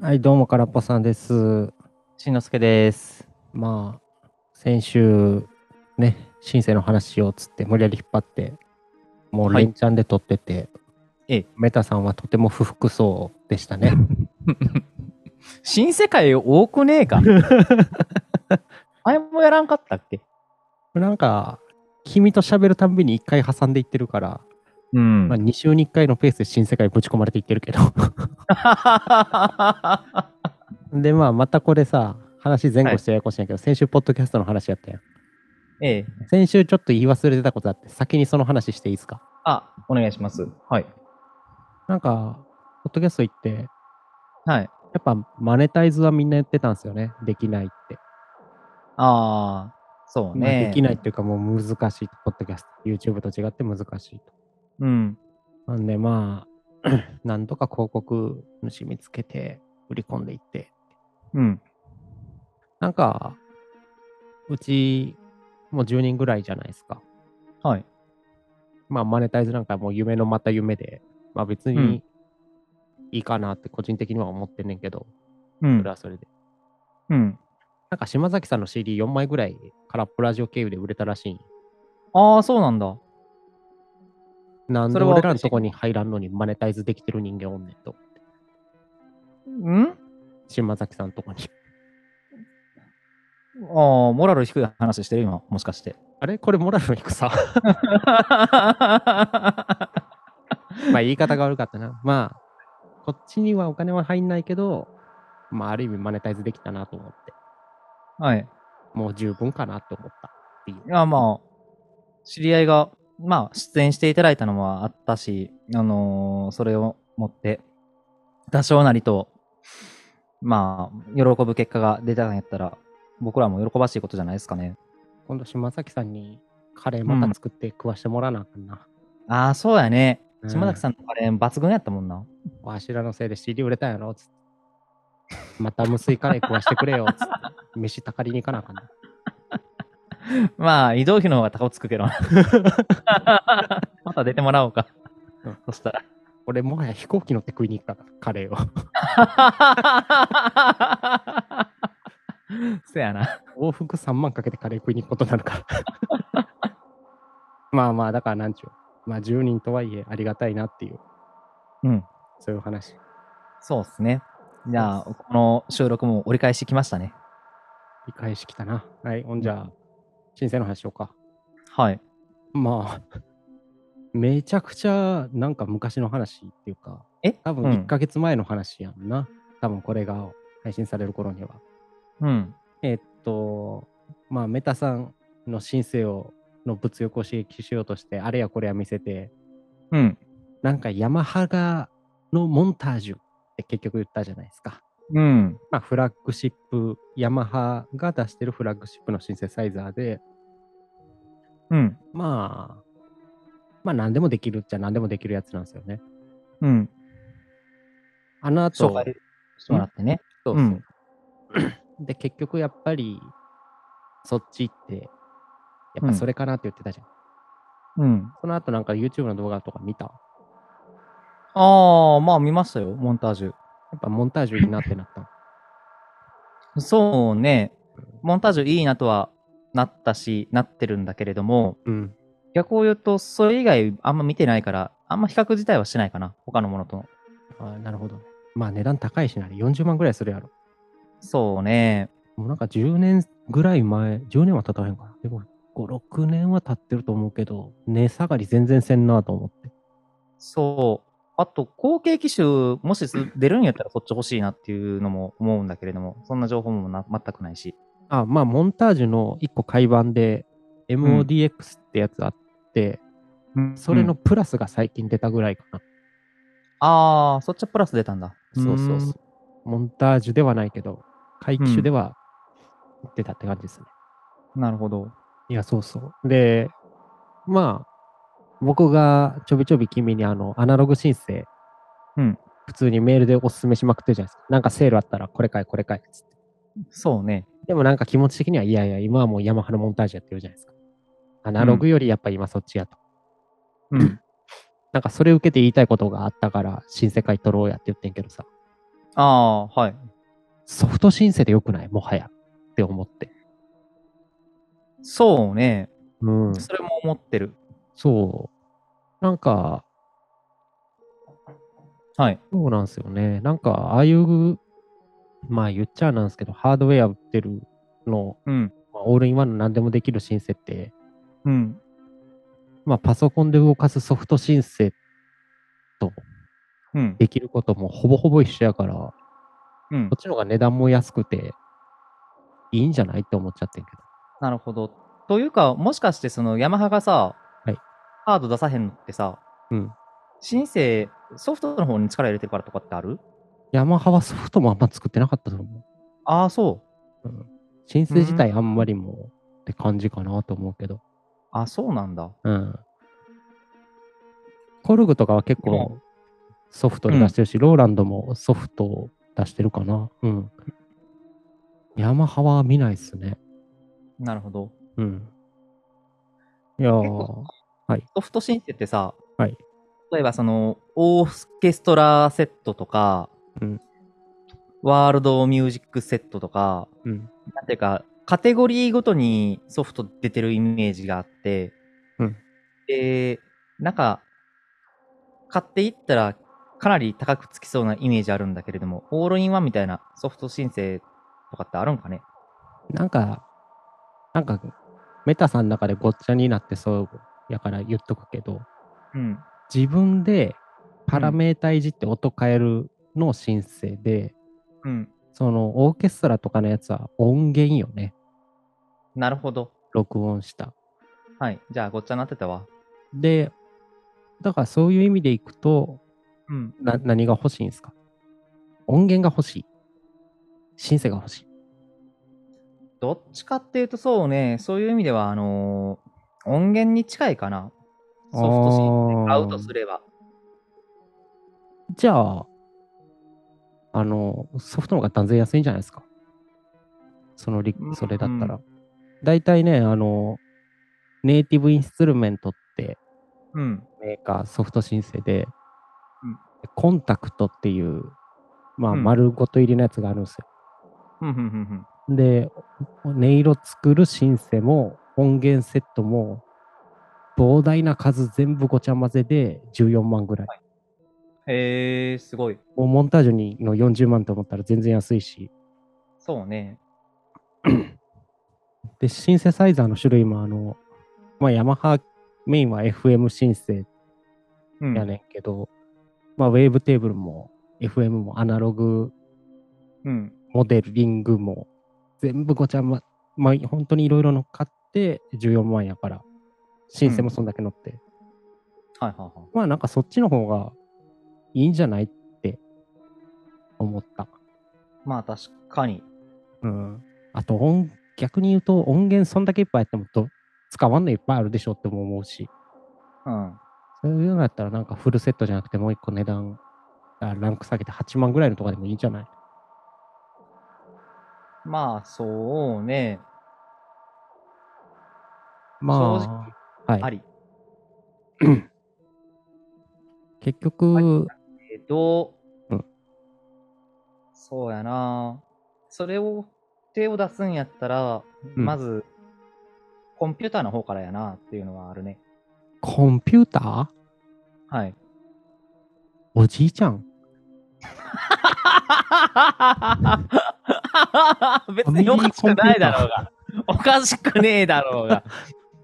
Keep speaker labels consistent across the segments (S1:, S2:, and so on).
S1: はい、どうも、からっぽさんです。
S2: しんのすけです。
S1: まあ、先週、ね、シンセの話しようっつって、無理やり引っ張って、もう
S2: はい
S1: 連チャンで撮ってて、
S2: ええ
S1: メタさんはとても不服そうでしたね。
S2: 新世界多くねえ か前もやらんかったっけ
S1: なんか、君と喋るたんびに1回挟んでいってるから、
S2: うん
S1: まあ、2週に1回のペースで新世界ぶち込まれていってるけど。で、まあ、またこれさ、話前後してややこしいんやけど、先週、ポッドキャストの話やったやん。
S2: ええ。
S1: 先週ちょっと言い忘れてたことあって、先にその話していいですか
S2: あ、お願いします。はい。
S1: なんか、ポッドキャスト行って、
S2: はい。
S1: やっぱマネタイズはみんな言ってたんですよね。できないって。
S2: ああ、そう
S1: まあ
S2: ね。
S1: できないっていうかもう難しいと。ポッドキャスト、YouTube と違って難しいと。
S2: うん。
S1: なんでまあ、 なんとか広告主見つけて、売り込んでいって。
S2: うん。
S1: なんか、うちもう10人ぐらいじゃないですか。
S2: はい。
S1: まあ、マネタイズなんかもう夢のまた夢で、まあ別
S2: う
S1: に
S2: ん
S1: いいかなって個人的には思ってんねんけど、
S2: う
S1: そ
S2: ん
S1: れ。はそれで。
S2: うん。
S1: なんか島崎さんの CD4 枚ぐらいからプラジオ経由で売れたらしいんよ
S2: ああ、そうなんだ。
S1: なん
S2: そ
S1: で
S2: れは
S1: 俺らのとこに入らんのにマネタイズできてる人間おんねんと。
S2: ん
S1: 島崎さんのとこに。
S2: ああ、モラル低い話してる今、もしか して。
S1: あれこれモラルの 低さまあ言い方が悪かったな。まあ、こっちにはお金は入んないけど、まあある意味マネタイズできたなと思って、
S2: はい。
S1: もう十分かなって思ったっていう。
S2: いや、まあ、知り合いが、まあ、出演していただいたのもあったし、あのーそれを持って、多少なりと、まあ、喜ぶ結果が出たんやったら、僕らも喜ばしいことじゃないですかね。
S1: 今度島崎さんにカレーまた作って食わしてもらわなあかんな。
S2: ああ、そうやね。
S1: うん
S2: 島崎さんのカレー抜群やったもんな。
S1: わしらのせいで CD 売れたやろつって。また無水カレー食わしてくれよつって。飯たかりに行かなあかんな。
S2: まあ、移動費の方が高つくけどな。また出てもらおうか
S1: うん。
S2: そしたら。
S1: 俺もはや飛行機乗って食いに行ったから、カレーを。
S2: そやな。
S1: 往復3万かけてカレー食いに行くことになるから。 まあまあ、だからなんちゅう。まあ10人とはいえありがたいなっていう、
S2: うん。
S1: そういう話。
S2: そうですね。じゃあ、この収録も折り返しきましたね。
S1: 理解しきたな。はい、ほんじゃあ、申請の話しようか。
S2: はい。
S1: まあ、 めちゃくちゃなんか昔の話っていうか、
S2: え
S1: 多
S2: う
S1: 分
S2: ん
S1: 1ヶ月前の話やんな。多分これが配信される頃には。
S2: うん。
S1: えっと、まあ、メタさんの申請を、の物欲を刺激しようとして、あれやこれや見せて、
S2: うん。
S1: なんかヤマハがのモンタージュって結局言ったじゃないですか。
S2: うん。
S1: まあ、フラッグシップ、ヤマハが出してるフラッグシップのシンセサイザーで、
S2: うん。
S1: まあ、まあ何でもできるっちゃ何でもできるやつなんですよね。
S2: うん。
S1: あの後、
S2: 紹介してもらってね。
S1: そうそう
S2: うん
S1: で、結局やっぱり、そっち行って、やっぱそれかなって言ってたじゃん。
S2: うん。
S1: その後なんか YouTube の動画とか見たや
S2: ああ、まあ見ましたよ、モンタージュ。
S1: っぱモンタージュいいなってなった。
S2: そうね。モンタージュいいなとはなったし、なってるんだけれども、
S1: うん。
S2: 逆を言うと、それ以外あんま見てないから、あんま比較自体はしないかな。他のものと。
S1: あーなるほど。まあ値段高いしな、あれ40万ぐらいするやろ。
S2: そうね。
S1: もうなんか10年ぐらい前、10年は経たへんかな。でも5、6年は経ってると思うけど、値下がり全然せんなと思って。
S2: そう。あと、後継機種、もしす出るんやったらそっち欲しいなっていうのも思うんだけれども、そんな情報もな全くないし。
S1: あ、まあ、モンタージュの1個買い版で、MODX ってやつあって、それのプラスが最近出たぐらいかな。
S2: ああ、そっちはプラス出たんだ。
S1: そうそうそう。モンタージュではないけど、買い機種では出たって感じですね。
S2: うん。なるほど。
S1: いや、そうそう。で、まあ、僕がちょびちょび君にあの、アナログ申請、
S2: うん
S1: 普通にメールでお勧めしまくってるじゃないですか。なんかセールあったら、これ買え、これ買え、つって。
S2: そうね。
S1: でもなんか気持ち的には、いやいや、今はもうヤマハのモンタージュやってるじゃないですか。アナログよりやっぱ今そっちやと。
S2: うん。
S1: なんかそれ受けて言いたいことがあったから、新世界取ろうやって言ってんけどさ。
S2: ああー、はい。
S1: ソフトシンセでよくないもはや。って思って。
S2: そうね。
S1: うん。
S2: それも思ってる。
S1: そう。なんか、
S2: はい。
S1: そうなんですよね。なんか、ああいう、まあ言っちゃなんですけど、ハードウェア売ってるの、
S2: うん。
S1: まあオールインワンの何でもできるシンセって、
S2: うん。
S1: まあパソコンで動かすソフトシンセと
S2: うん。
S1: できることもほぼほぼ一緒やから、こ
S2: うん
S1: っ。ちの方が値段も安くて、いいんじゃないって思っちゃってんけど。
S2: なるほど。というか、もしかして、その、ヤマハがさ、
S1: はい
S2: ハード出さへんのってさ、
S1: うん。
S2: シンセソフトの方に力入れてるからとかってある
S1: ヤマハはソフトもあんま作ってなかったと思う。
S2: ああ、そう。
S1: シンセ自体あんまりもって感じかなと思うけど。
S2: あそうなんだ。
S1: うん。コルグとかは結構ソフトで出してるし、ローランドもソフトを出してるかな。うん。ヤマハは見ないっすね。
S2: なるほど。
S1: うん。いや
S2: 結
S1: ー
S2: 構、ソフトシンセってさ、
S1: はい
S2: 例えばその、オーケストラセットとか、
S1: うん
S2: ワールドミュージックセットとか、
S1: うん。
S2: なんていうか、カテゴリーごとにソフト出てるイメージがあって、
S1: うん
S2: で、なんか、買っていったらかなり高くつきそうなイメージあるんだけれども、オールインワンみたいなソフト申請とかってあるんかね
S1: なんか、なんか、メタさんの中でごっちゃになってそうやから言っとくけど、
S2: うん。
S1: 自分でパラメータいじって音変えるのを申請で、
S2: うん。
S1: そのオーケストラとかのやつは音源よね。
S2: なるほど。
S1: 録音した。
S2: はい。じゃあ、ごっちゃになってたわ。
S1: で、だからそういう意味でいくと、
S2: うん。
S1: な何が欲しいんですか音源が欲しい。シンセが欲しい。
S2: どっちかっていうと、そうね、そういう意味では、あのー音源に近いかな。ソフト申請買うとすれば。
S1: じゃあ、あの、ソフトの方が断然安いんじゃないですかそのリ
S2: うん
S1: それだったら。だいたいね、あの、ネイティブインストゥルメントって
S2: うん。
S1: メーカー、ソフトシンセで
S2: うん、
S1: コンタクトっていう、まあ、
S2: うん
S1: 丸ごと入りのやつがあるんですよ
S2: うん、うん、うん、
S1: で、音色作るシンセも音源セットも膨大な数全部ごちゃ混ぜで14万ぐらい。
S2: うん。へえー、すごい。
S1: もうモンタージュにの40万と思ったら全然安いし。
S2: そうね。
S1: で、シンセサイザーの種類もあの、まあヤマハメインは FM シンセ
S2: うん。
S1: やねんけど、まあウェーブテーブルも FM もアナログ
S2: うん。
S1: モデリングも全部ごちゃま、まあ本当にいろいろ乗っかって14万やから、シンセもそんだけ乗って。
S2: はいはいはい。
S1: まあなんかそっちの方がいいんじゃないって思った。
S2: まあ確かに。
S1: うん。あと音、逆に言うと音源そんだけいっぱいあってもど使わんのいっぱいあるでしょっても思うし、
S2: うん。
S1: そういうのやったらなんかフルセットじゃなくてもう一個値段、あランク下げて8万ぐらいのとかでもいいんじゃない
S2: まあそうね。正
S1: まあ、は
S2: あ
S1: い。
S2: り。
S1: 結局、
S2: けど、
S1: うん
S2: そうやな。それを、手を出すんやったら、
S1: うん
S2: まず、コンピューターの方からやなっていうのはあるね。
S1: コンピューター
S2: はい。
S1: おじいちゃん
S2: 別におかしくないだろうが。おかしくねえだろうが。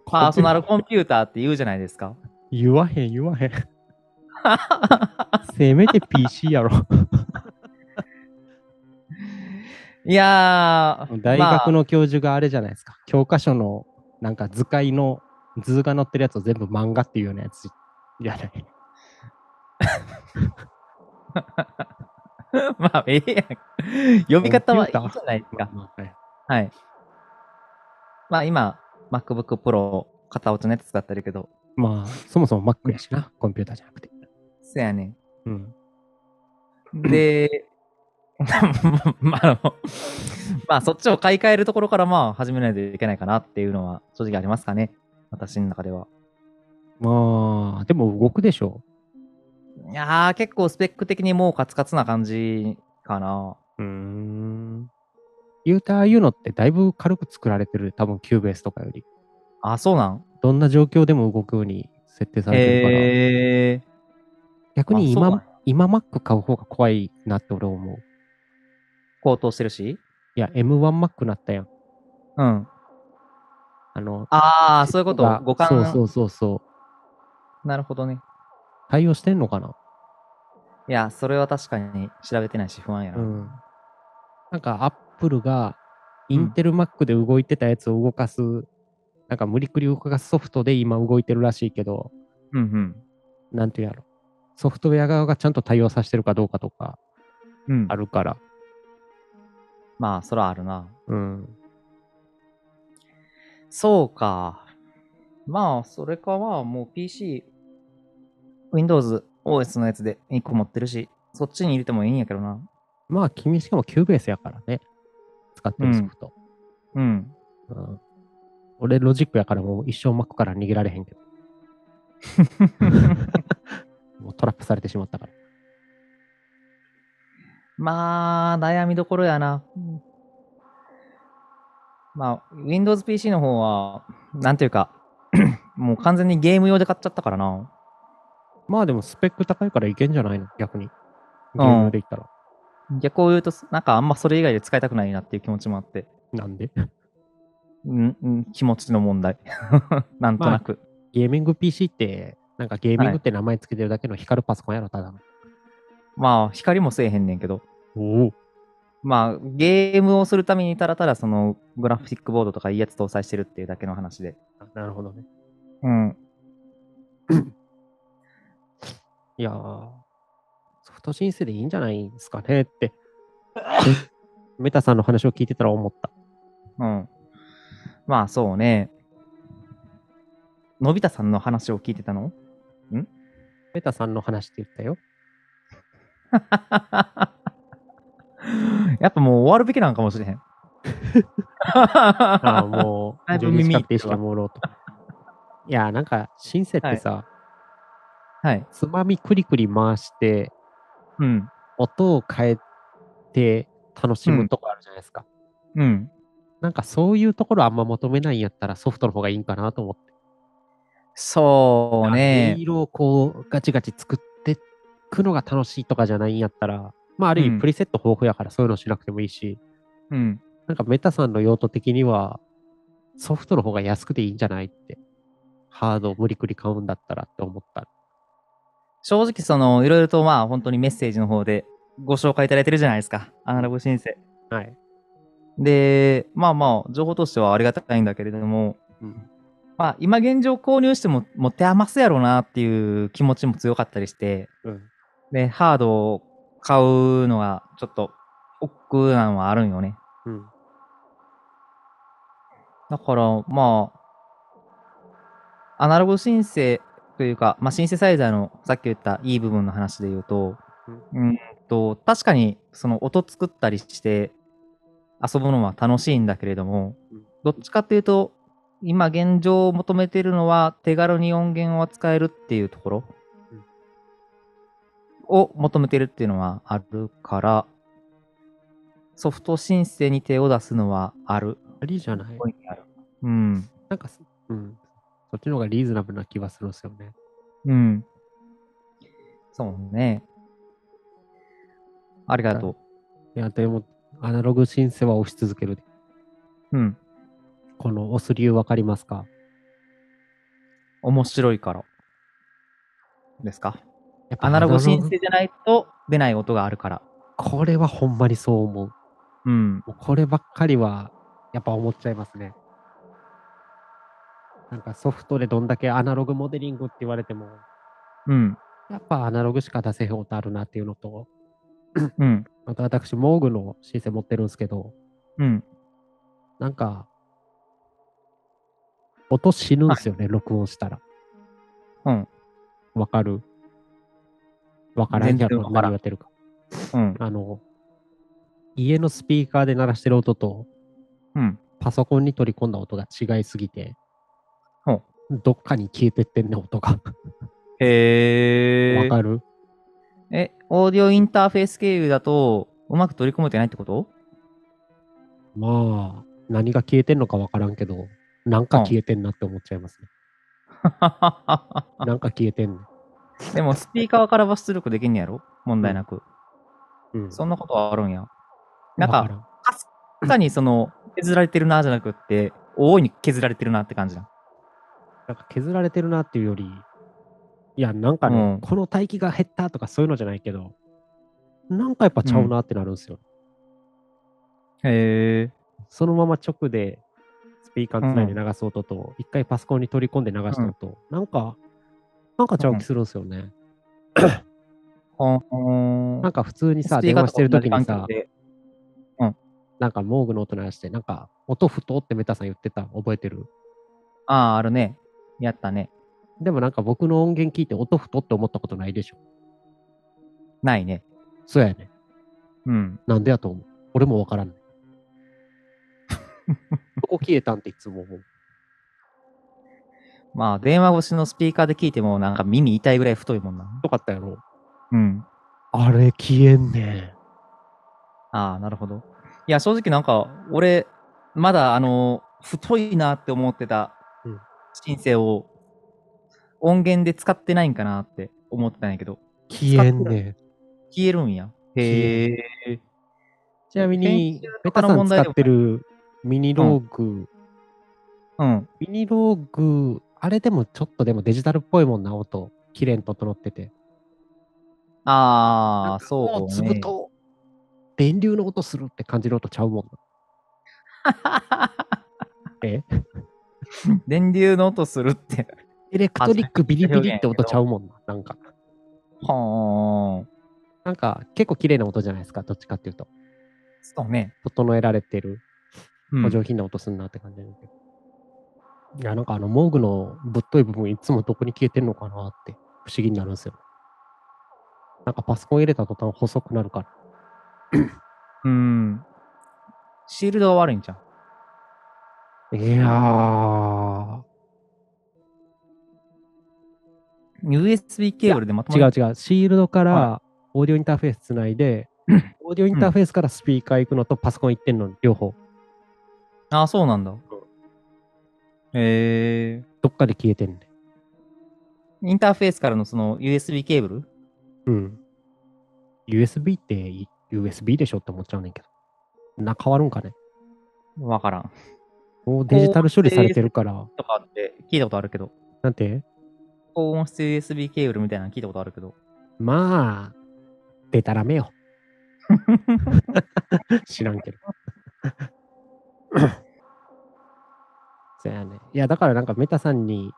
S2: パーソナルコンピューターって言うじゃないですか。
S1: 言わへん言わへん。せめて PC やろ。
S2: いやー、
S1: 大学
S2: ま
S1: の教授があれじゃないですか、教科書のなんか図解の図が載ってるやつを全部漫画っていうようなやつじゃない。
S2: あ、まあ、ええやん。呼び方はいいじ
S1: コ
S2: ゃ
S1: ンピューター
S2: ないですか。
S1: まあはい
S2: はい。まあ今、MacBook Pro 片落ちのやつ使ってるけど、
S1: まあ、そもそも Mac やしな、コンピューターじゃなくて。
S2: せやね
S1: うん。
S2: ん。で、 まああの、まあそっちを買い替えるところからまあ始めないといけないかなっていうのは正直ありますかね。私の中では。
S1: まあ、でも動くでしょ
S2: いやー結構スペック的にもうカツカツな感じかな。
S1: うーん。言うてああいうのってだいぶ軽く作られてる、多分キューベースとかより。
S2: あ、そうなん
S1: どんな状況でも動くように設定されてるから、
S2: へえ
S1: 逆に
S2: あそうなん
S1: 今
S2: や、
S1: 今 Mac 買う方が怖いなって俺思う。
S2: 高騰してるし。
S1: いや、M1Mac なったやん。
S2: うん。
S1: あの、
S2: ああ、そういうこと
S1: が。
S2: 五感。
S1: そうそうそうそう。
S2: なるほどね。
S1: 対応してんのかない
S2: や、それは確かに調べてないし不安やな。
S1: うん。なんか、Apple が、インテル Mac で動いてたやつを動かす、なんか無理くり動かすソフトで今動いてるらしいけど、
S2: うんうん。
S1: なんていうんやろ。ソフトウェア側がちゃんと対応させてるかどうかとか
S2: うん、
S1: あるから。
S2: まあ、そらあるな。
S1: うん。
S2: そうか。まあ、それかまあ、もう PC、Windows OS のやつで1個持ってるし、そっちに入れてもいいんやけどな。
S1: まあ、君しかも Cubase やからね。使ってるソフト。
S2: うん。
S1: うん俺、ロジックやからもう一生 Mac から逃げられへん けど。もうトラップされてしまったから。
S2: まあ、悩みどころやな。まあ、Windows PC の方は、なんていうか、 もう完全にゲーム用で買っちゃったからな。
S1: まあでもスペック高いからいけんじゃないの逆に。ゲームで言ったら。
S2: 逆を言うと、なんかあんまそれ以外で使いたくないなっていう気持ちもあって。
S1: なんで
S2: うん、うん、気持ちの問題。 なんとなく。
S1: ゲーミング PC って、なんかゲーミングって名前つけてるだけの光るパソコンやろ、ただの。
S2: まあ、光もせえへんねんけど。
S1: おお。
S2: まあ、ゲームをするためにたらたら、その、グラフィックボードとかいいやつ搭載してるっていうだけの話で。
S1: なるほどね。
S2: うん。
S1: いやー、ソフト申請でいいんじゃないですかね って。メタさんの話を聞いてたら思った。
S2: うん。まあ、そうね。のび太さんの話を聞いてたの
S1: メタさんの話って言ったよ。
S2: やっぱもう終わるべきなんかもしれへん。
S1: ああ、もう、
S2: だいぶ
S1: 12時
S2: 耳
S1: 間
S2: いっ
S1: って
S2: て
S1: 意
S2: るわ
S1: 識もろうと。いやー、なんか、シンセってさ、
S2: はい。
S1: つまみくりくり回して、
S2: うん。
S1: 音を変えて楽しむとこあるじゃないですか。
S2: うん。
S1: なんかそういうところあんま求めないんやったらソフトの方がいいんかなと思って。
S2: そうね
S1: 音。色をこうガチガチ作っていくのが楽しいとかじゃないんやったら、まあある意
S2: う
S1: 味
S2: ん
S1: プリセット豊富やからそういうのしなくてもいいし、
S2: うん。
S1: なんかメタさんの用途的にはソフトの方が安くていいんじゃないって。ハードを無理くり買うんだったらって思った。
S2: 正直、その、いろいろとまあ、本当にメッセージの方でご紹介いただいてるじゃないですか。アナログ申請。
S1: はい。
S2: で、まあまあ、情報としてはありがたいんだけれども、
S1: うん。
S2: まあ、今現状購入しても、もう手余すやろうなっていう気持ちも強かったりして、
S1: うん。
S2: で、ハードを買うのが、ちょっと、億劫なのはあるんよね。
S1: うん。
S2: だから、まあ、アナログシンセというか、まあ、シンセサイザーのさっき言ったいい部分の話で言うと、うんと、確かにその音作ったりして遊ぶのは楽しいんだけれども
S1: うん、
S2: どっちかっていうと、今現状求めてるのは手軽に音源を扱えるっていうところ
S1: うん
S2: を求めてるっていうのはあるから、ソフト申請に手を出すのはある。
S1: ありじゃない
S2: うん。
S1: なんかす、うん。そっちの方がリーズナブルな気はするんですよね。
S2: うん。そうね。ありがと
S1: いや、でも、アナログシンセは押し続ける。
S2: う。うん。
S1: この押す理由わかりますか
S2: 面白いから。ですか。
S1: やっぱ
S2: アナログ申請じゃないと出ない音があるから。
S1: これはほんまにそう思う。
S2: うん。
S1: もうこればっかりは、やっぱ思っちゃいますね。なんかソフトでどんだけアナログモデリングって言われても、
S2: うん。
S1: やっぱアナログしか出せへん音あるなっていうのと、
S2: うん。
S1: あと私、モーグのシンセ持ってるんですけど、
S2: うん。
S1: なんか、音死ぬんすよね、録音したら。
S2: うん。
S1: わかるわからんやろ、
S2: 全然わ
S1: 何
S2: からん
S1: 言ってるか。
S2: うん。
S1: あの、家のスピーカーで鳴らしてる音と、
S2: うん。
S1: パソコンに取り込んだ音が違いすぎて
S2: ほう、
S1: どっかに消えてってんねん、音が。
S2: へ
S1: わ
S2: ー。
S1: かる
S2: え、オーディオインターフェース経由だと、うまく取り込めてないって こと
S1: まあ、何が消えてんのかわからんけど、なんか消えてんなって思っちゃいますね。なんか消えてんの。
S2: でも、スピーカーからは出力できんねやろ問題なく。
S1: うん。
S2: そんなことはあるんや。なん
S1: わ
S2: か、
S1: らん
S2: 確かにその、削られてるなじゃなくって、大いに削られてるなって感じだ。
S1: なんか削られてるなっていうより、いや、なんかね、
S2: うん
S1: この待機が減ったとかそういうのじゃないけど、なんかやっぱちゃうなってなるんですよ。
S2: へえ。
S1: そのまま直でスピーカーつないで流す音と、一回パソコンに取り込んで流した音と、なんか、なんかちゃう気するんですよね。
S2: ほんほん
S1: なんか普通にさ、
S2: スピ
S1: 電
S2: ーカー
S1: 話してる
S2: と
S1: と
S2: 同じ
S1: き
S2: 環
S1: にさ、
S2: 境で
S1: なんかモーグの音流して、なんか音ふとってメタさん言ってた、覚えてる
S2: ああ、あるね。やったね。
S1: でもなんか僕の音源聞いて音ふとって思ったことないでしょ。
S2: ないね。
S1: そうやね。
S2: うん。
S1: なんでやと思う。俺もわからん、ね。 どこ消えたんっていつも思う。
S2: まあ、電話越しのスピーカーで聞いても、なんか耳痛いぐらい太いもんな。
S1: よかったやろ。
S2: うん。
S1: あれ消えんね
S2: ああ、なるほど。いや、正直なんか、俺、まだ、あの、太いなって思ってた
S1: うん、
S2: シンセを、音源で使ってないんかなって思ってたんやけど、
S1: 消えんね
S2: 消えるんや。へ
S1: へ
S2: え。
S1: ちなみに
S2: 編集、
S1: メ
S2: と
S1: タさ
S2: かの
S1: ん
S2: 問
S1: 使
S2: 題で
S1: っ
S2: も
S1: てるミニローグ、
S2: うん。
S1: ミニローグ、あれでもちょっとでもデジタルっぽいもんな、音。綺麗に整ってて。
S2: あ
S1: も
S2: あ、そうう、
S1: 粒
S2: ね。
S1: と電流の音するって感じの音ちゃうもんな。え
S2: 電流の音する って。
S1: エレクトリックビリビリって音ちゃうもんな。なんか、
S2: はあ。
S1: なんか結構綺麗な音じゃないですか、どっちかっていうと。
S2: そうね。
S1: 整えられてる、
S2: うん
S1: お上品な音すんなって感じなんだけど。いや、なんかあの、モーグのぶっとい部分、いつもどこに消えてんのかなって、不思議になるんですよ。なんかパソコン入れた途端細くなるから。
S2: うん。シールドが悪いんじゃん。
S1: いやー、
S2: USB ケーブルでまと
S1: 違う
S2: ま
S1: 違う。シールドから
S2: は
S1: オーディオインターフェースつないで、オーディオインターフェースからスピーカー行くのとパソコン行ってんの、両方。
S2: ああ、そうなんだ。へえ。
S1: どっかで消えてんね。
S2: インターフェースからのその USB ケーブル
S1: うん。USB ってい USB でしょって思っちゃうねんけど。な、変わるんかね。
S2: わからん。
S1: もうデジタル処理されてるから、
S2: とかって聞いたことあるけど。
S1: なんて
S2: 高音質 USB ケーブルみたいなの聞いたことあるけど。
S1: まあ、でたらめ よ。知らんけど。 そやね。いや、だからなんかメタさんに、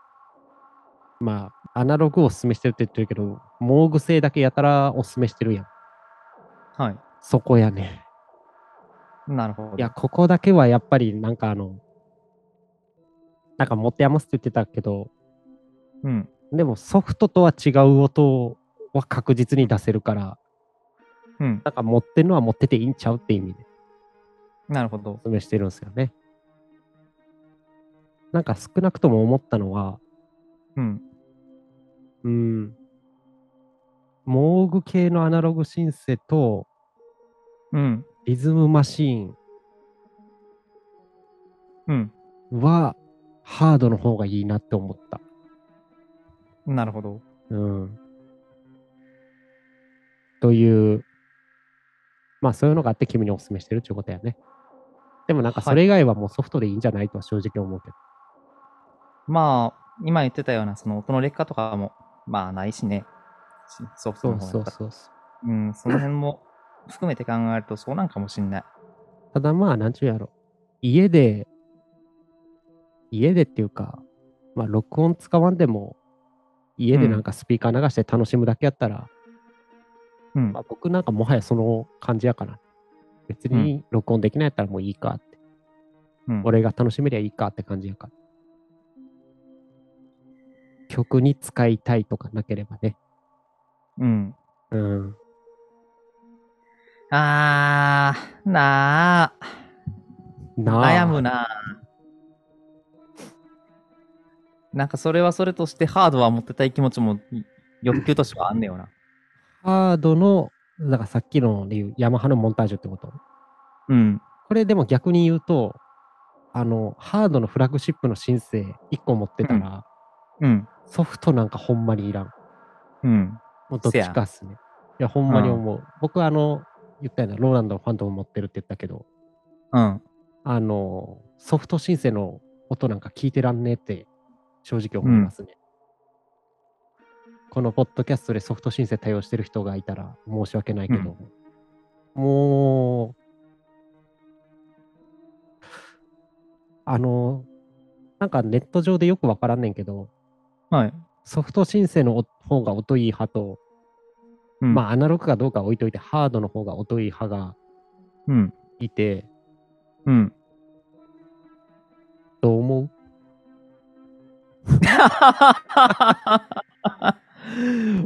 S1: まあ、アナログをおすすめしてるって言ってるけど、モーグ製だけやたらおすすめしてるやん。
S2: はい。
S1: そこやね。
S2: なるほど。
S1: いや、ここだけはやっぱりなんかあの、なんか持て余すって言ってたけど、
S2: うん。
S1: でもソフトとは違う音は確実に出せるから、
S2: うん。
S1: なんか持ってるのは持ってていいんちゃうって意味で。
S2: なるほど
S1: お。勧めしてるんですよね。なんか少なくとも思ったのは、
S2: うん。
S1: うん、モーグ系のアナログシンセと
S2: うん。
S1: リズムマシー
S2: う
S1: ン
S2: ん。
S1: はハードの方がいいなって思った。
S2: なるほど。
S1: うん、という、まあそういうのがあって君にお勧めしてるっていうことやね。でもなんかそれ以外はもうソフトでいいんじゃないとは正直思うけど。
S2: まあ、今言ってたような、その音の劣化とかも、まあ、ないしね。ソフト
S1: そ
S2: の
S1: う
S2: 方
S1: そう
S2: が
S1: そうそう。
S2: うん、その辺も含めて考えるとそうなんかもしんない。
S1: ただまあ、なんちゅうやろ。家で、家でっていうか、まあ、録音使わんでも、家でなんかスピーカー流して楽しむだけやったら、
S2: うん
S1: まあ、僕なんかもはやその感じやから、別に録音できないやったらもういいかって、
S2: うん、
S1: 俺が楽しめりゃいいかって感じやから。曲に使いたいとかなければね。
S2: うん。
S1: うん。
S2: あー、なあ、
S1: なあ
S2: 悩むなあ。なんかそれはそれとしてハードは持ってたい気持ちも欲求としてはあんねよな。
S1: ハードのだからさっきのでいうヤマハのモンタージュってこと。
S2: うん。
S1: これでも逆に言うと、あの、ハードのフラグシップのシンセ1個持ってたら、
S2: うん。
S1: ソフトなんかほんまにいらん。
S2: うん。
S1: もうどっちかっすね。いや、ほんまに思う。僕はあの、言ったような、ローランドのファントム持ってるって言ったけど、
S2: うん。
S1: あの、ソフトシンセの音なんか聞いてらんねえって、正直思いますね。このポッドキャストでソフトシンセ対応してる人がいたら申し訳ないけど、もう、あの、なんかネット上でよくわからんねんけど、
S2: はい。
S1: ソフトシンセの方が音いい派と、
S2: うん、
S1: まあアナログかどうかは置いといて、ハードの方が音いい派が
S2: うん。
S1: いて、
S2: うん。
S1: どう思う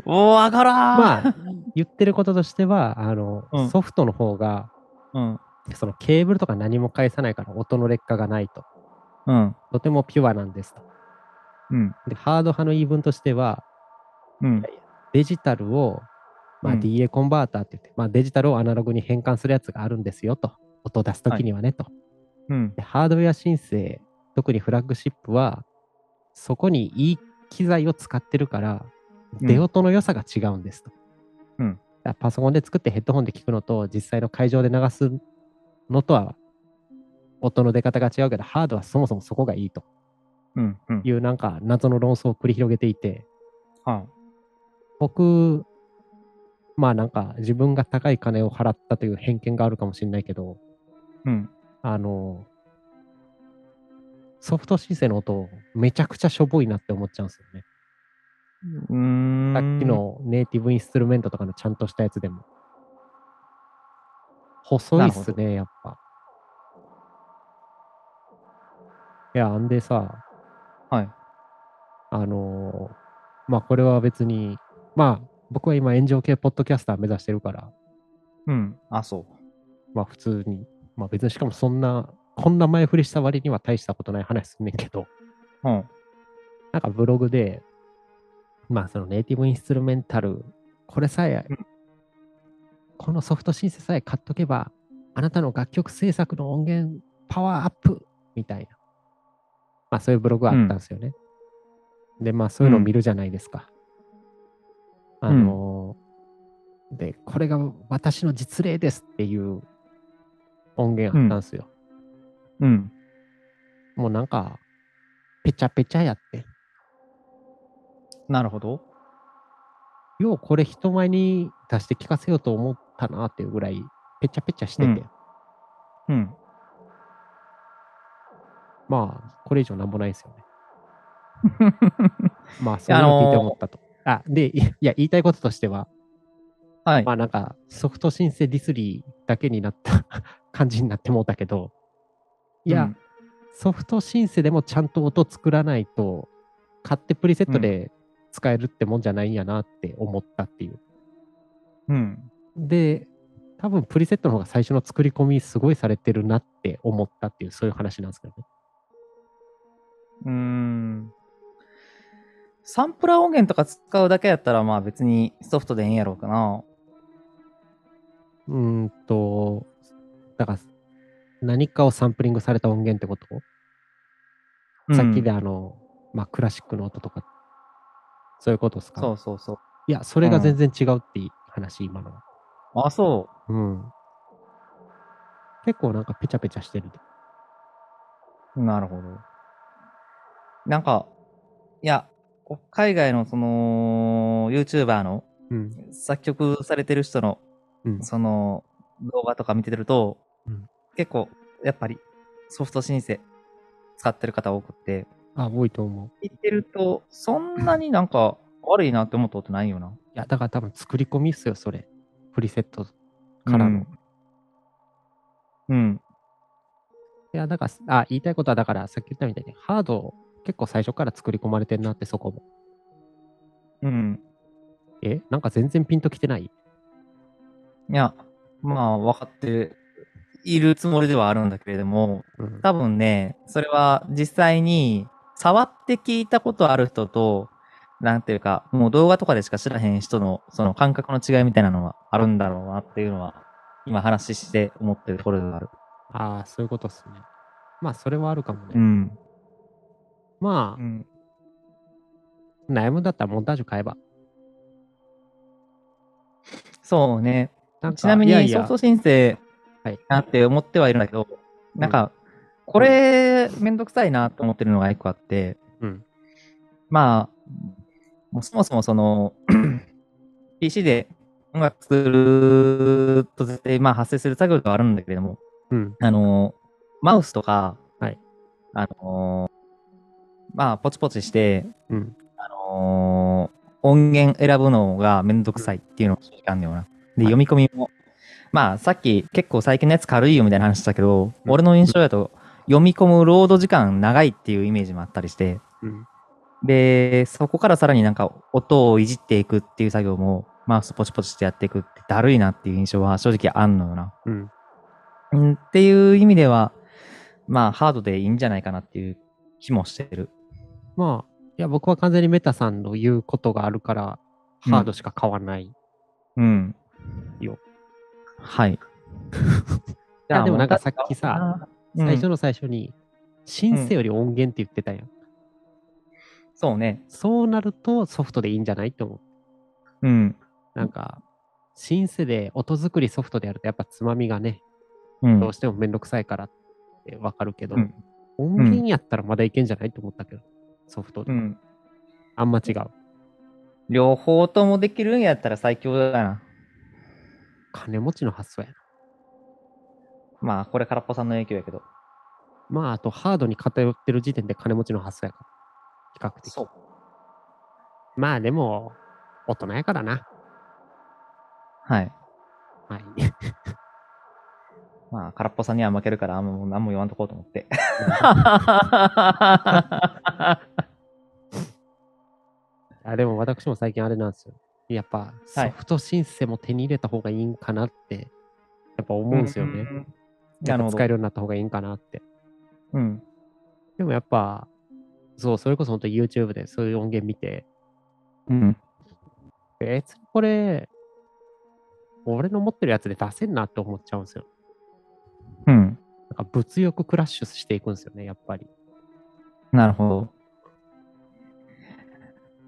S2: おわからん。
S1: まあ、言ってることとしては、あの、
S2: うん
S1: ソフトの方が、
S2: うん。
S1: そのケーブルとか何も返さないから音の劣化がないと。
S2: うん。
S1: とてもピュアなんですと。
S2: うん。
S1: で、ハード派の言い分としては、
S2: うん。
S1: デジタルを、まあ、
S2: うん
S1: DA コンバーターって言って、まあ、デジタルをアナログに変換するやつがあるんですよと。音を出すときにはね、と。
S2: うん。
S1: でハードウェア申請、特にフラッグシップは、そこにいい機材を使ってるから、
S2: うん
S1: 出音の良さが違うんですと。
S2: うん
S1: だからパソコンで作ってヘッドホンで聞くのと、実際の会場で流すのとは、音の出方が違うけど、ハードはそもそもそこがいいと
S2: うん。うん。
S1: いう、なんか謎の論争を繰り広げていて、
S2: は
S1: 僕、まあなんか自分が高い金を払ったという偏見があるかもしれないけど、
S2: い。うん。
S1: あの、ソフト申請の音、めちゃくちゃしょぼいなって思っちゃうんですよね。
S2: うーん。
S1: さっき。のネイティブインストゥルメントとかのちゃんとしたやつでも。細いっすね、やっぱ。いや、んでさ、
S2: はい。
S1: あのまあこれは別に、まあ僕は今炎上系ポッドキャスター目指してるから、
S2: うん。あ、そう。
S1: まあ普通に、まあ別にしかもそんな、こんな前振りした割には大したことない話すんねんけど、
S2: うん。
S1: なんかブログで、まあそのネイティブインストゥルメンタル、これさえ、
S2: うん
S1: このソフトシンセさえ買っとけば、あなたの楽曲制作の音源パワーアップみたいな。まあそういうブログがあったんですよね。で、まあそういうのを見るじゃないですか。
S2: ん
S1: あのーで、これが私の実例ですっていう音源あったんですよ。
S2: うん。
S1: もうなんか、ぺちゃぺちゃやって。
S2: なるほど。
S1: ようこれ人前に出して聞かせようと思ったなっていうぐらいペチャペチャしてて、
S2: うんうん。
S1: まあこれ以上なんもないですよね。まあそういうのを聞いて思ったと。あでい いや言いたいこととしては、
S2: はい。
S1: まあなんかソフト申請ディスリーだけになった 感じになってもうたけどいや、
S2: うん
S1: ソフトシンセでもちゃんと音作らないと買ってプリセットで使えるってもんじゃないんやなって思ったっていう。
S2: うん。
S1: で、多分プリセットの方が最初の作り込みすごいされてるなって思ったっていう、そういう話なんですけどね。
S2: うーん。サンプラー音源とか使うだけやったら、まあ別にソフトでええんやろうかな。
S1: うーんと、だから、何かをサンプリングされた音源ってこと、さっきで
S2: うん
S1: あの、まあ、クラシックの音とか、そういうことですか
S2: そうそうそう。
S1: いや、それが全然違うっていい話、今のは。
S2: あ、そ
S1: うん。結構なんかペチャペチャしてる。
S2: う。なるほど。なんか、いや、海外のその、YouTuber の
S1: うん。
S2: 作曲されてる人の、
S1: うん。
S2: その、動画とか見てると、
S1: うん
S2: 結構、やっぱり、ソフトシンセ使ってる方多くって、
S1: あ、多いと思う。
S2: 聞いてると、そんなになんか悪いなって思ったことないよな。
S1: いや、だから多分作り込みっすよ、それ。プリセットからの。
S2: うん。
S1: いや、だから、あ、言いたいことは、だから、さっき言ったみたいに、ハード、結構最初から作り込まれてんなって、そこも。
S2: うん。
S1: えなんか全然ピンときてない
S2: いや、まあ、分かっているつもりではあるんだけれども、
S1: うん。
S2: 多分ね、それは実際に触って聞いたことある人と、なんていうか、もう動画とかでしか知らへん人の、その感覚の違いみたいなのはあるんだろうなっていうのは、今話して思ってるところではある。
S1: ああ、そういうことっすね。まあ、それはあるかもね。
S2: うん。
S1: まあ、
S2: ん。
S1: 悩むんだったらモンタージュ買えば。
S2: そうね。
S1: なんか
S2: ちなみに
S1: いやい
S2: ソ
S1: や
S2: フト申請
S1: はい
S2: なって思ってはいるんだけど、なんか、これ、めんどくさいなと思ってるのが一個あって、
S1: うん。
S2: まあ、もうそもそもその、PC で音楽すると絶対まあ発生する作業ではあるんだけれども、
S1: うん。
S2: あの、マウスとか、
S1: はい
S2: あの、まあ、ポチポチして、
S1: うん。
S2: あの音源選ぶのがめんどくさいっていうのが正直あんだよな。で、
S1: はい
S2: 読み込みも、まあ、さっき結構最近のやつ軽いよみたいな話したけど、
S1: うん
S2: 俺の印象だと、読み込むロード時間長いっていうイメージもあったりして、
S1: うん。
S2: で、そこからさらになんか音をいじっていくっていう作業も、マウスポチポチしてやっていくってだるいなっていう印象は正直あんのよな。
S1: うん。
S2: うんっていう意味では、まあハードでいいんじゃないかなっていう気もしてる。
S1: まあ、いや、僕は完全にメタさんの言うことがあるから、
S2: うん
S1: ハードしか買わない。
S2: うん。
S1: よ。
S2: はい。い
S1: やでもなんかさっきさ、
S2: うん
S1: 最初の最初に、シンセより音源って言ってたやん。
S2: そうね。
S1: そうなるとソフトでいいんじゃないって思う。
S2: うん。
S1: なんか、シンセで音作りソフトでやるとやっぱつまみがね、
S2: うん
S1: どうしてもめんどくさいからってわかるけど、
S2: うん
S1: 音源やったらまだいけんじゃないと思ったけど、ソフトで。
S2: うん。
S1: あんま違う。
S2: 両方ともできるんやったら最強だな。
S1: 金持ちの発想やな。
S2: まあ、これ空っぽさんの影響やけど。
S1: まあ、あとハードに偏ってる時点で金持ちの発想やから。比較的。
S2: う。
S1: まあでも、大人やからな。
S2: はい。
S1: はい。
S2: まあ、空っぽさんには負けるから、あんまもう何も言わんとこうと思って。
S1: あでも私も最近あれなんですよ。やっぱソフト申請も手に入れた方がいいんかなって、やっ ぱ思うんですよね。
S2: うん。
S1: なか
S2: なんるほど
S1: 使えるようになった方がいいんかなって。
S2: うん。
S1: でもやっぱ、そう、それこそ本当 YouTube でそういう音源見て、
S2: うん。
S1: 別にこれ、俺の持ってるやつで出せんなって思っちゃうんですよ。
S2: うん。
S1: なんか物欲クラッシュしていくんですよね、やっぱり。
S2: なるほど。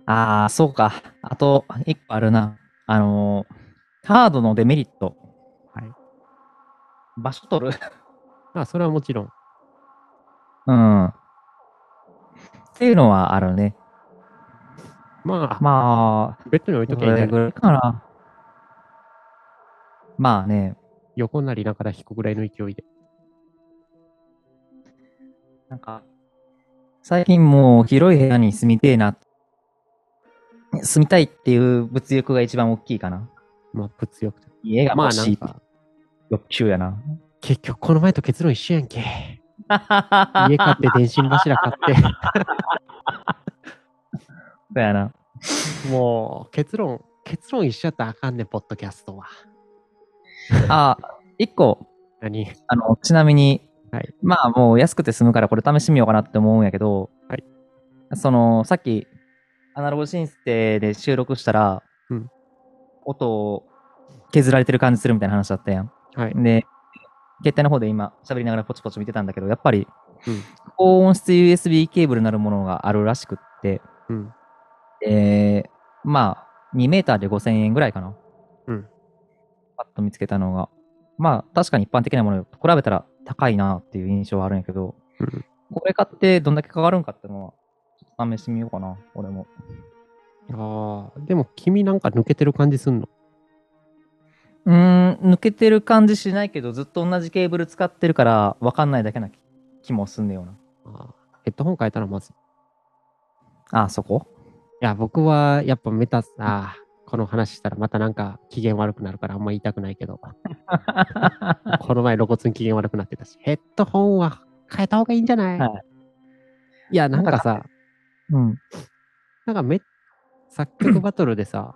S2: ああ、そうか。あと、一個あるな。あのーハードのデメリット。
S1: はい。
S2: 場所取る。
S1: まあ、それはもちろん。
S2: うん。っていうのはあるね。
S1: まあ、
S2: まあ、
S1: ベッドに置いと
S2: ど
S1: きゃいいんじゃ
S2: れ
S1: ない
S2: ぐらいかな。まあね、
S1: 横なり中ら引くぐらいの勢いで。
S2: なんか、最近もう広い部屋に住みてえな。住みたいっていう物欲が一番大きいかな。
S1: まあ、物欲と。
S2: 家が
S1: まあ、
S2: 欲
S1: な
S2: し
S1: ん
S2: い
S1: か、
S2: 欲求やな。
S1: 結局この前と結論一緒やんけ。家買って電信柱買っ
S2: そうやな。
S1: て。もう、結論、結論一緒やったらあかんねん、ポッドキャストは。
S2: あ、一個、
S1: 何
S2: あの、ちなみに、
S1: はい
S2: まあもう安くて済むからこれ試してみようかなって思うんやけど、
S1: はい
S2: その、さっき、アナログ申請で収録したら、
S1: うん
S2: 音を削られてる感じするみたいな話だったやん。
S1: はい。
S2: で、携帯の方で今、喋りながらポチポチ見てたんだけど、やっぱり、
S1: うん
S2: 高音質 USB ケーブルなるものがあるらしくって、
S1: うん。
S2: で、まあ、2メーターで5000円ぐらいかな。
S1: うん。
S2: パッと見つけたのが。まあ、確かに一般的なものと比べたら高いなっていう印象はあるんやけど、
S1: うん
S2: これ買ってどんだけかかるんかってのは、ちょっと試してみようかな、俺も。
S1: ああ、でも君なんか抜けてる感じすんの
S2: うーん、抜けてる感じしないけど、ずっと同じケーブル使ってるから、わかんないだけな気もすんねよな。
S1: あーヘッドホン変えたらまずい。
S2: あ、そこ
S1: いや、僕はやっぱメタさ、あーこの話したらまたなんか機嫌悪くなるからあんま言いたくないけ ど、この前露骨に機嫌悪くなってたし、ヘッドホンは変えた方がいいんじゃない、、
S2: はい
S1: や、なんかさ、
S2: うん。
S1: なんかめ作曲バトルでさ、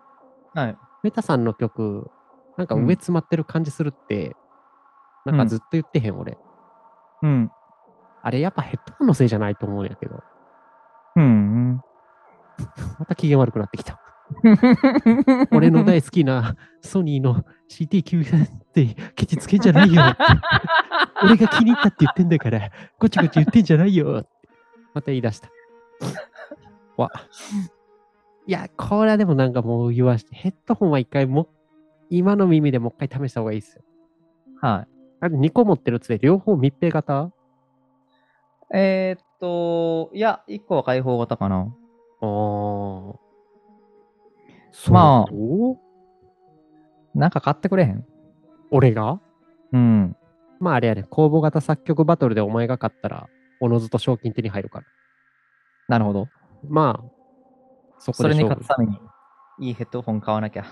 S2: はい。
S1: メタさんの曲、なんか上詰まってる感じするって、なんかずっと言ってへん俺。
S2: うん。
S1: あれやっぱヘッドホンのせいじゃないと思うんやけど。
S2: うん。
S1: また機嫌悪くなってきた。俺の大好き なソニーの CT900 ってケチつけんじゃないよ。俺が気に入ったって言ってんだから、ごちごち言ってんじゃないよ。また言い出した。わ。いや、これはでもなんかもう言わして、ヘッドホンは一回も、今の耳でもう一回試した方がいいですよ。
S2: は
S1: あれ2個持ってるやつで両方密閉型
S2: い。えーっと、いや、1個は開放型かな。
S1: ああ。
S2: まあ
S1: そう
S2: なんか買ってくれへん
S1: 俺が
S2: うん。
S1: まああれやね、公募型作曲バトルでお前が勝ったら、おのずと賞金手に入るから。
S2: なるほど。
S1: まあ、そこ
S2: そ
S1: で
S2: れに
S1: 勝
S2: 勝つために、いいヘッドホン買わな きゃ。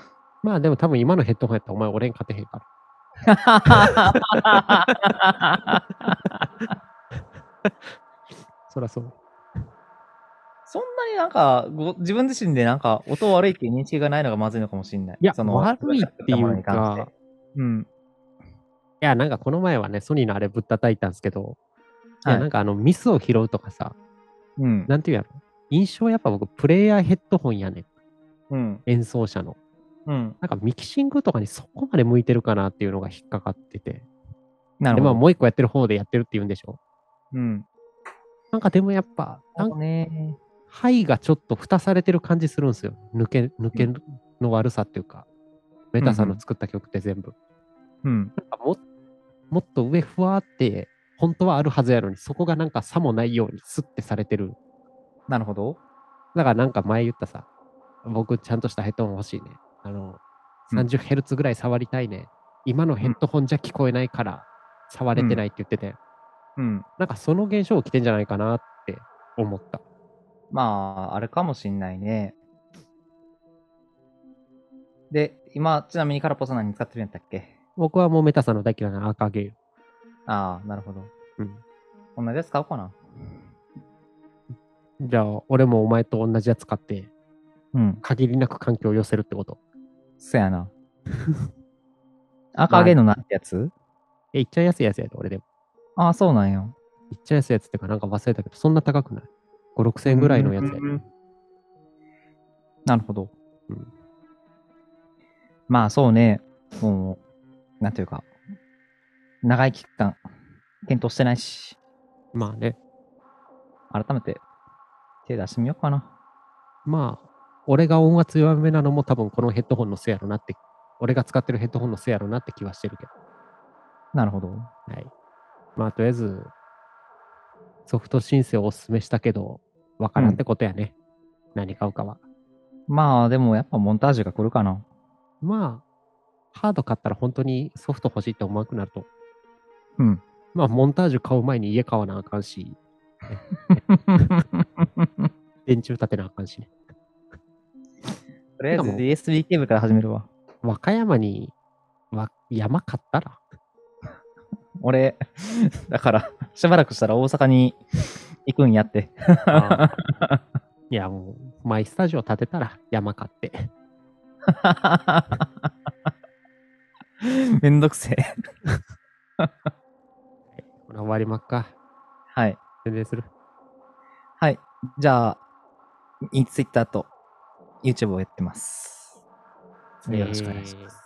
S1: まあでも多分今のヘッドホンやったらお前俺に勝てへんから。そらそう。
S2: そんなになんかご、自分自身でなんか、音悪いっていう認識がないのがまずいのかもしれない。
S1: いや、
S2: その
S1: 悪いってい
S2: もの
S1: う
S2: に関し
S1: か
S2: て、うん。
S1: いや、なんかこの前はね、ソニーのあれぶったたいたんですけど、い、
S2: は
S1: や、ないん。かあのミスを拾うとかさ、
S2: うん。
S1: なんていうやろ、印象やっぱ僕、プレイヤーヘッドホンやねん、
S2: うん。
S1: 演奏者の。
S2: うん。
S1: なんかミキシングとかにそこまで向いてるかなっていうのが引っかかってて、
S2: な
S1: で
S2: るほ
S1: まあ
S2: ど。
S1: もう一個やってる方でやってるって言うんでしょ。
S2: うん。
S1: なんかでもやっぱ、なんか
S2: ね。
S1: 肺がちょっと蓋されてる感じするんですよ。抜け、抜けの悪さっていうか、メタさんの作った曲って全部。
S2: うん。
S1: なんかももっと上ふわーって、本当はあるはずやのに、そこがなんか差もないようにスッてされてる。
S2: なるほど。
S1: だからなんか前言ったさ、僕ちゃんとしたヘッドホン欲しいね。あの、
S2: うん
S1: 30Hz ぐらい触りたいね。今のヘッドホンじゃ聞こえないから、触れてないって言ってて、
S2: うん。
S1: なんかその現象起きてんじゃないかなって思った。
S2: まあ、あれかもしんないね。で、今、ちなみにカラポさん何使ってるんやったっけ
S1: 僕はもうメタさんの大嫌いな赤ゲー
S2: ああ、なるほど。
S1: うん。
S2: 同じやつ買おうかな。
S1: じゃあ、俺もお前と同じやつ買って、
S2: うん。
S1: 限りなく環境を寄せるってこと。
S2: そ やな。赤毛のなんてやつ
S1: え、いっちゃいやすいやつやで、俺でも。
S2: ああ、そうなんや。
S1: いっちゃいやすいやつってか、なんか忘れたけど、そんな高くない ?5、6千円ぐらいのやつやで。
S2: うんなるほど。
S1: うん
S2: まあ、そうね。もう、なんていうか、長い期間、検討してないし、
S1: まあね。
S2: 改めて手出してみようかな。
S1: まあ、俺が音圧弱めなのも多分このヘッドホンのせいやろなって、俺が使ってるヘッドホンのせいやろなって気はしてるけど。
S2: なるほど。
S1: はい。まあ、とりあえず、ソフト申請をおすすめしたけど、わからんってことやね。何買うかは。
S2: まあ、でもやっぱモンタージュが来るかな。
S1: まあ、ハード買ったら本当にソフト欲しいって思わなくなると思う
S2: うん。
S1: まあ、モンタージュ買う前に家買わなあかんし、電柱建てなあかんしね。
S2: とりあえ
S1: てか
S2: ず
S1: もう
S2: USB ケーブルから始めるわ。
S1: 和歌山にわ山買ったら
S2: 俺、だから、しばらくしたら大阪に行くんやって。
S1: いや、もう、マイスタジオ建てたら山買って。
S2: めんどくせえ。
S1: これ終わりまっか。
S2: はい。
S1: 宣伝する。
S2: はい。じゃあ、イン Twitter と YouTube をやってます。よろしくお願いします。
S1: えー